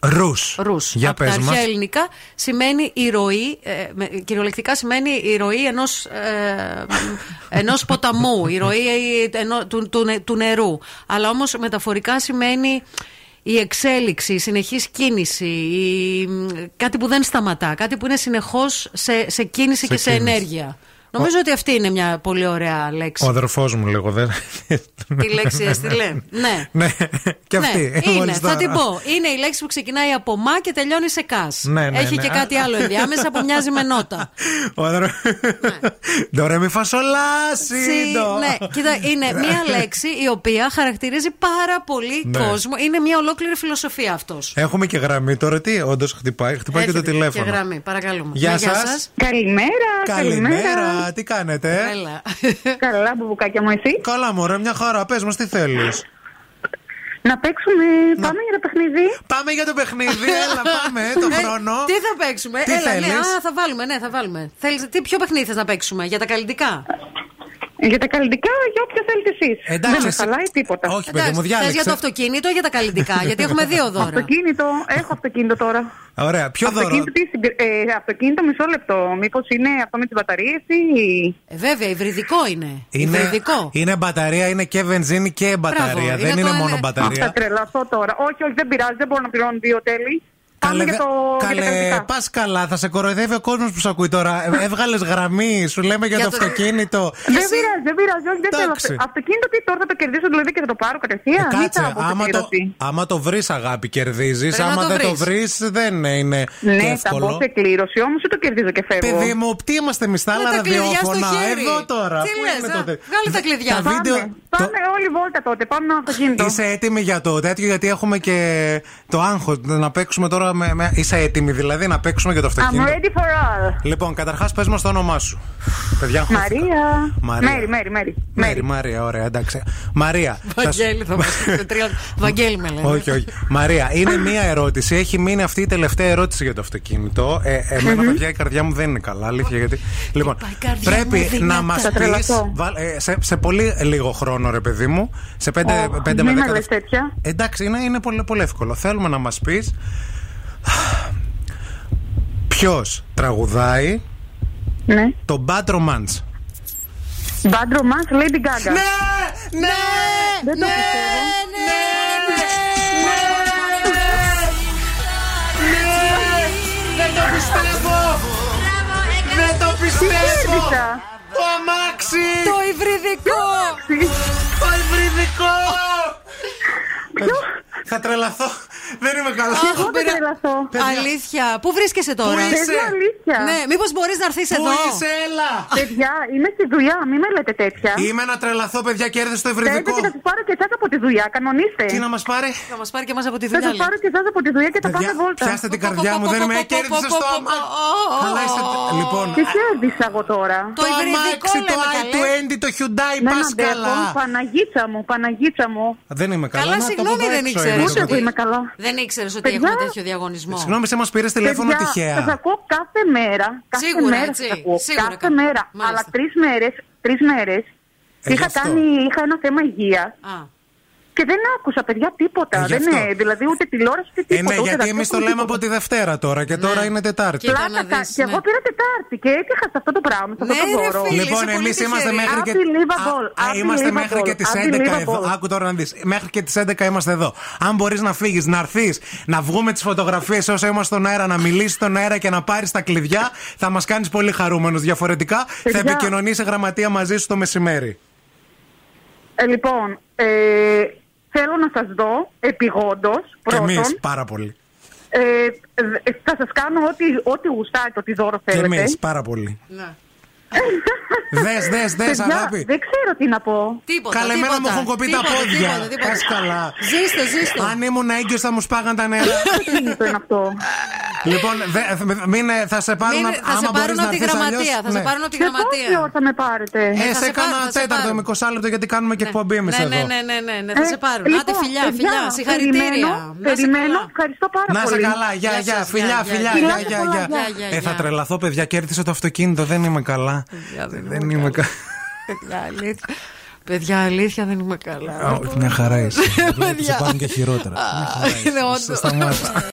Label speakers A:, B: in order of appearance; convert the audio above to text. A: Ρους.
B: Ρους.
A: Για
B: Απ' τα
A: πες
B: αρχαία
A: μας.
B: ελληνικά σημαίνει η ροή, ε, με- κυριολεκτικά σημαίνει η ροή ενός, ε, ενός ποταμού, η ροή ε, ενό- του, του, νε- του νερού. Αλλά όμως μεταφορικά σημαίνει η εξέλιξη, η συνεχής κίνηση, η, μ, κάτι που δεν σταματά, κάτι που είναι συνεχώς σε, σε κίνηση και σε
A: κίνηση.
B: ενέργεια. Νομίζω ότι αυτή είναι μια πολύ ωραία λέξη.
A: Ο αδερφός μου λέγω δεν.
B: Τη λέξη έστειλε. Ναι.
A: Ναι, και αυτή. ε,
B: Ναι, είναι,
A: μάλιστα.
B: θα την πω. Είναι η λέξη που ξεκινάει από μα και τελειώνει σε κας.
A: Ναι, ναι,
B: Έχει
A: ναι.
B: και κάτι άλλο ενδιάμεσα που μοιάζει με νότα.
A: Ο αδερφός. Ντορέ, μη φασολάσεις.
B: Τσι,
A: ντο.
B: ναι, κοίτα, είναι μία λέξη η οποία χαρακτηρίζει πάρα πολύ
A: Ναι.
B: κόσμο. Είναι μία ολόκληρη φιλοσοφία αυτός.
A: Έχουμε και γραμμή τώρα, τι όντως χτυπάει, χτυπάει και το τηλέφωνο.
B: Και γραμμή, παρακαλούμε.
A: Γεια
B: Ναι,
A: σας.
B: σας.
C: Καλημέρα,
A: Καλημέρα, τι κάνετε. ε?
B: Έλα.
C: Καλά, μπουμπουκάκια μου, εσύ.
A: Καλά, μωρέ, μια χαρά. Πες μας, τι θέλεις.
C: Να παίξουμε, πάμε για το παιχνίδι.
A: Πάμε για το παιχνίδι, έλα, πάμε το
B: Ε,
A: χρόνο.
B: Τι θα παίξουμε,
A: Τι
B: Έλα, ναι,
A: θέλεις?
B: α, θα βάλουμε, ναι, θα βάλουμε. Θέλεις, τι, ποιο παιχνίδι θες να παίξουμε, για τα καλλιτικά.
C: Για τα καλλιτικά, για όποια θέλετε εσείς.
A: Εντάξει,
C: Δεν με
A: εσύ-
C: χαλάει τίποτα.
A: Όχι, παιδί μου,
B: Εντάξει, θες για το
A: διάλεξε.
B: αυτοκίνητο ή για τα καλλιτικά, γιατί έχουμε δύο δώρα.
C: Αυτοκίνητο, έχω αυτοκίνητο τώρα.
A: Ωραία, ποιο δώρο.
C: Αυτοκίνητο, τι συγκρι- ε, αυτοκίνητο, μισό λεπτό. Μήπως είναι αυτό με τις μπαταρίες ή.
B: Ε, βέβαια, υβριδικό είναι.
A: Είναι, Ε,
B: Υβριδικό.
A: είναι μπαταρία, είναι και βενζίνη και μπαταρία.
B: Μπράβο,
A: δεν
B: είναι
A: είναι
B: το
A: μόνο
B: ένα-
A: μπαταρία.
C: Θα τρελαθώ τώρα. Όχι, όχι, δεν πειράζει, δεν μπορώ να πληρώνω δύο τέλη. Πάμε για το. για τα
A: καλέ,
C: καλλιτικά.
A: πας καλά, θα σε κοροϊδεύει ο κόσμος που σε ακούει τώρα. Ε, Έβγαλες γραμμή, σου λέμε για
B: Για
A: το
B: το-
A: αυτοκίνητο.
C: Δεν πειράζει, δεν πειράζει, όχι, δεν θέλω.
A: Εντάξει.
C: αυτό- Αυτοκίνητο τι τώρα θα το κερδίσω δηλαδή και θα το πάρω κατευθείαν.
A: Ε,
C: Μην τα
A: κάτσε,
C: έχω
A: άμα το,
C: αποσυκληρώσει.
A: άμα το βρεις αγάπη, κερδίζεις.
B: Πρέπει να
A: Άμα
B: το
A: δεν το βρεις,
B: βρεις.
A: δεν είναι
C: Ναι,
A: και
C: θα μπω
A: εύκολο.
C: σε κλήρωση, όμως ή το κερδίζω και φεύγω.
A: Παιδί μου, τι είμαστε εμείς, τα άλλα
B: τα κλειδιά στο
A: ραδιόφωνα.
B: χέρι.
A: Εδώ τώρα.
B: Τι
A: Πού
B: λες,
A: είναι
B: α?
A: το τε-
B: Βγάλε τα κλειδιά.
A: Τα
C: Πάμε,
A: βίντεο. το-
C: πάμε όλη βόλτα τότε. Πάμε ένα αυτοκίνητο.
A: Είσαι έτοιμη για το τέτοιο, γιατί έχουμε και το άγχος να παίξουμε τώρα. Με, με... Είσαι έτοιμη δηλαδή να παίξουμε για το
C: I'm
A: αυτοκίνητο.
C: ready for all.
A: Λοιπόν, καταρχάς πες μας το όνομά σου. Παιδιά, έχω-
C: Μαρία.
A: Μαρία.
C: Μέρι, Μέρι, Μέρι.
A: Μέρη,
C: Μέρι.
A: Μαρία, ωραία, εντάξει. Μαρία. θα σου-
B: Βαγγέλη, θα μας πείτε τρία- Βαγγέλη με λένε.
A: όχι, όχι. Μαρία, είναι μία ερώτηση. Έχει μείνει αυτή η τελευταία ερώτηση για το αυτοκίνητο. Ε, εμενα παιδιά, η καρδιά μου δεν είναι καλά. Αλήθεια, γιατί. Λοιπόν,
B: Χτυπάει η καρδιά μου
A: πρέπει
B: δυνατά.
A: να μας
C: Θα
A: πει.
C: τρελαθώ.
A: ε, Σε, σε πολύ λίγο χρόνο, ρε παιδί μου. Σε 5
C: Ω,
A: με 10
C: μην με λες τέτοια.
A: Εντάξει, είναι, είναι πολύ, πολύ εύκολο. Θέλουμε να μας πεις. Ποιος τραγουδάει
C: Ναι.
A: το Bad Romance.
C: Bad Romance, Lady Gaga.
A: Ναι! Ναι!
C: Δεν το πιστεύω.
B: ναι,
A: Δεν το πιστεύω! Δεν το πιστεύω!
C: Κέρδισα.
A: Το αμάξι!
B: Το υβριδικό!
A: Το υβριδικό! Θα τρελαθώ. Δεν είμαι καλά.
C: Εγώ δεν
B: πειρα-
C: τρελαθώ.
B: Αλήθεια, πού βρίσκεσαι τώρα.
A: Πού είσαι?
C: Παιδιά, αλήθεια.
B: Ναι, μήπως μπορείς να έρθεις
A: Πού
B: εδώ.
A: είσαι, έλα!
C: Παιδιά, είμαι στη δουλειά, μην με λέτε τέτοια.
A: Είμαι ένα τρελαθώ, παιδιά, κέρδισε το
C: Θέλετε
A: υβριδικό.
C: και θα σα πάρω και εσά από τη δουλειά, κανονίστε.
A: Τι να μας πάρει.
B: Θα μας πάρει και εμάς από τη
C: Θα
B: δουλειά.
C: σα πάρω
B: λέει.
C: και εσάς από τη δουλειά και θα πάμε
A: Παιδιά,
C: βόλτα.
A: πιάστε την καρδιά μου, δεν είμαι κέρδισε το αμάξι. Καλά είστε. Λοιπόν,
C: Τι κέρδισα εγώ τώρα.
B: Το υβριδικό
A: αμάξι,
B: λέμε
A: το
B: καλέ.
A: i20, το Hyundai,
C: Δεν
A: πας
C: αντέχω.
A: καλά.
C: Παναγίτσα μου, Παναγίτσα μου.
A: Δεν είμαι καλά.
B: Καλά,
A: Να, το
B: συγγνώμη,
A: από εδώ
B: δεν
A: έξω
B: ήξερα.
A: είναι
C: Ούτε
A: το
C: εγώ
A: Ναι, παιδί.
C: είμαι καλά.
B: Δεν ήξερες ότι
C: Παιδιά.
B: έχουμε τέτοιο διαγωνισμό.
A: Συγγνώμη, σε μας πήρες τηλέφωνο
C: Σας
A: τυχαία.
C: ακούω κάθε μέρα. Κάθε
B: Σίγουρα,
C: μέρα
B: έτσι.
C: σας ακούω.
B: Σίγουρα,
C: κάθε
B: κα-
C: μέρα.
B: μάλιστα.
C: Αλλά τρεις μέρες τρεις μέρες,
A: Ε, γι'
C: είχα,
A: αυτό.
C: κάνει, είχα ένα θέμα υγείας
B: Α,
C: και δεν άκουσα παιδιά τίποτα.
A: Ε, γι'
C: δεν
A: αυτό.
C: είναι, δηλαδή ούτε τηλεόραση ούτε
A: Ε,
C: τίποτα.
A: ναι,
C: ούτε
A: γιατί εμείς το
C: ραδιόφωνο,
A: λέμε
C: τίποτα.
A: από τη Δευτέρα τώρα και τώρα είναι Τετάρτη.
B: Ναι. Και- Κοίτα
C: Πλάκα
B: να δεις,
C: κα- Και
B: ναι.
C: εγώ πήρα Τετάρτη και έτυχα σε αυτό το πράγμα, σε αυτό
B: Ναι,
C: το
B: ρε,
C: δώρο.
B: φίλε.
A: Λοιπόν,
B: είσαι πολύ
A: εμείς είμαστε
B: τυχερή.
A: μέχρι και.
C: Unbelievable.
A: Α, α, είμαστε
C: Unbelievable.
A: μέχρι και τι 11 εδώ.
C: Unbelievable.
A: Άκου τώρα να δεις. Μέχρι και τις 11 είμαστε εδώ. Αν μπορείς να φύγεις, να έρθεις, να βγούμε τις φωτογραφίες όσο είμαστε στον αέρα, να μιλήσεις στον αέρα και να πάρεις τα κλειδιά, θα μας κάνεις πολύ χαρούμενους. Διαφορετικά θα
C: Παιδιά.
A: επικοινωνήσει η γραμματεία μαζί σου το μεσημέρι.
C: Ε, λοιπόν, ε, θέλω να σας δω επιγόντως
A: Και εμεί
C: πρώτον.
A: πάρα πολύ.
C: Ε, δε- θα σας κάνω ό,τι, ό,τι γουστάρετε, ό,τι δώρο
A: Και
C: θέλετε.
A: εμείς πάρα πολύ.
B: ναι.
A: Δες, δες, δες,
C: Παιδιά,
A: αγάπη.
C: Δεν ξέρω τι να πω.
B: Τίποτα.
A: Καλέ, εμένα
B: τίποτα.
A: μου έχουν κοπεί τα
B: Τίποτα,
A: πόδια.
B: τίποτα, τίποτα.
A: Πας καλά.
B: Ζήστε, ζήστε.
A: Αν ήμουν έγκυος θα μου σπάγαν τα νερά.
C: Τι είναι το είναι αυτό.
A: λοιπόν, δε- δε- μην, ε, θα σε πάρουν.
B: Μην-
A: άμα
B: θα σε
A: μπορείς
B: πάρουν
A: να
B: από τη
A: έρθεις
B: γραμματεία.
A: αλλιώς,
B: Θα σε
A: ναι.
B: πάρουν από τη
C: Σε πόση
B: γραμματεία.
C: ώρα θα με πάρετε.
A: Ε,
B: θα
A: σε
B: σε πάρουν,
A: κάνα
B: θα σε
A: τέταρτο
B: πάρουν.
A: με 20 λεπτό γιατί κάνουμε και εκπομπή εμείς
B: ναι,
A: εδώ.
B: ναι, ναι, ναι, ναι, ναι, θα
C: Ε,
B: σε πάρουν.
C: λοιπόν,
B: Άτε φιλιά,
C: παιδιά,
B: φιλιά, συγχαρητήρια.
C: περιμένω,
B: Να σε
C: Περιμένω,
B: καλά.
C: ευχαριστώ πάρα
A: Να σε
C: πολύ.
A: καλά, γεια,
B: Γεια
A: γεια,
B: σας,
A: φιλιά,
B: γεια,
A: φιλιά,
B: γεια,
A: γεια,
C: γεια.
A: γεια, γεια.
B: Γεια, γεια,
A: Ε, θα
B: γεια.
A: τρελαθώ, παιδιά, κέρδισε το αυτοκίνητο, δεν είμαι καλά.
B: Παιδιά, δεν
A: Δεν
B: είμαι
A: είμαι καλά.
B: Παιδιά, αλήθεια. Παιδιά, αλήθεια δεν είμαι καλά.
A: Ω, Μια χαρά είσαι.
B: Παιδιά.
A: Σε πάρουν και χειρότερα. Μια χαρά είσαι.
B: Είναι όντως.
A: Σταμάτα.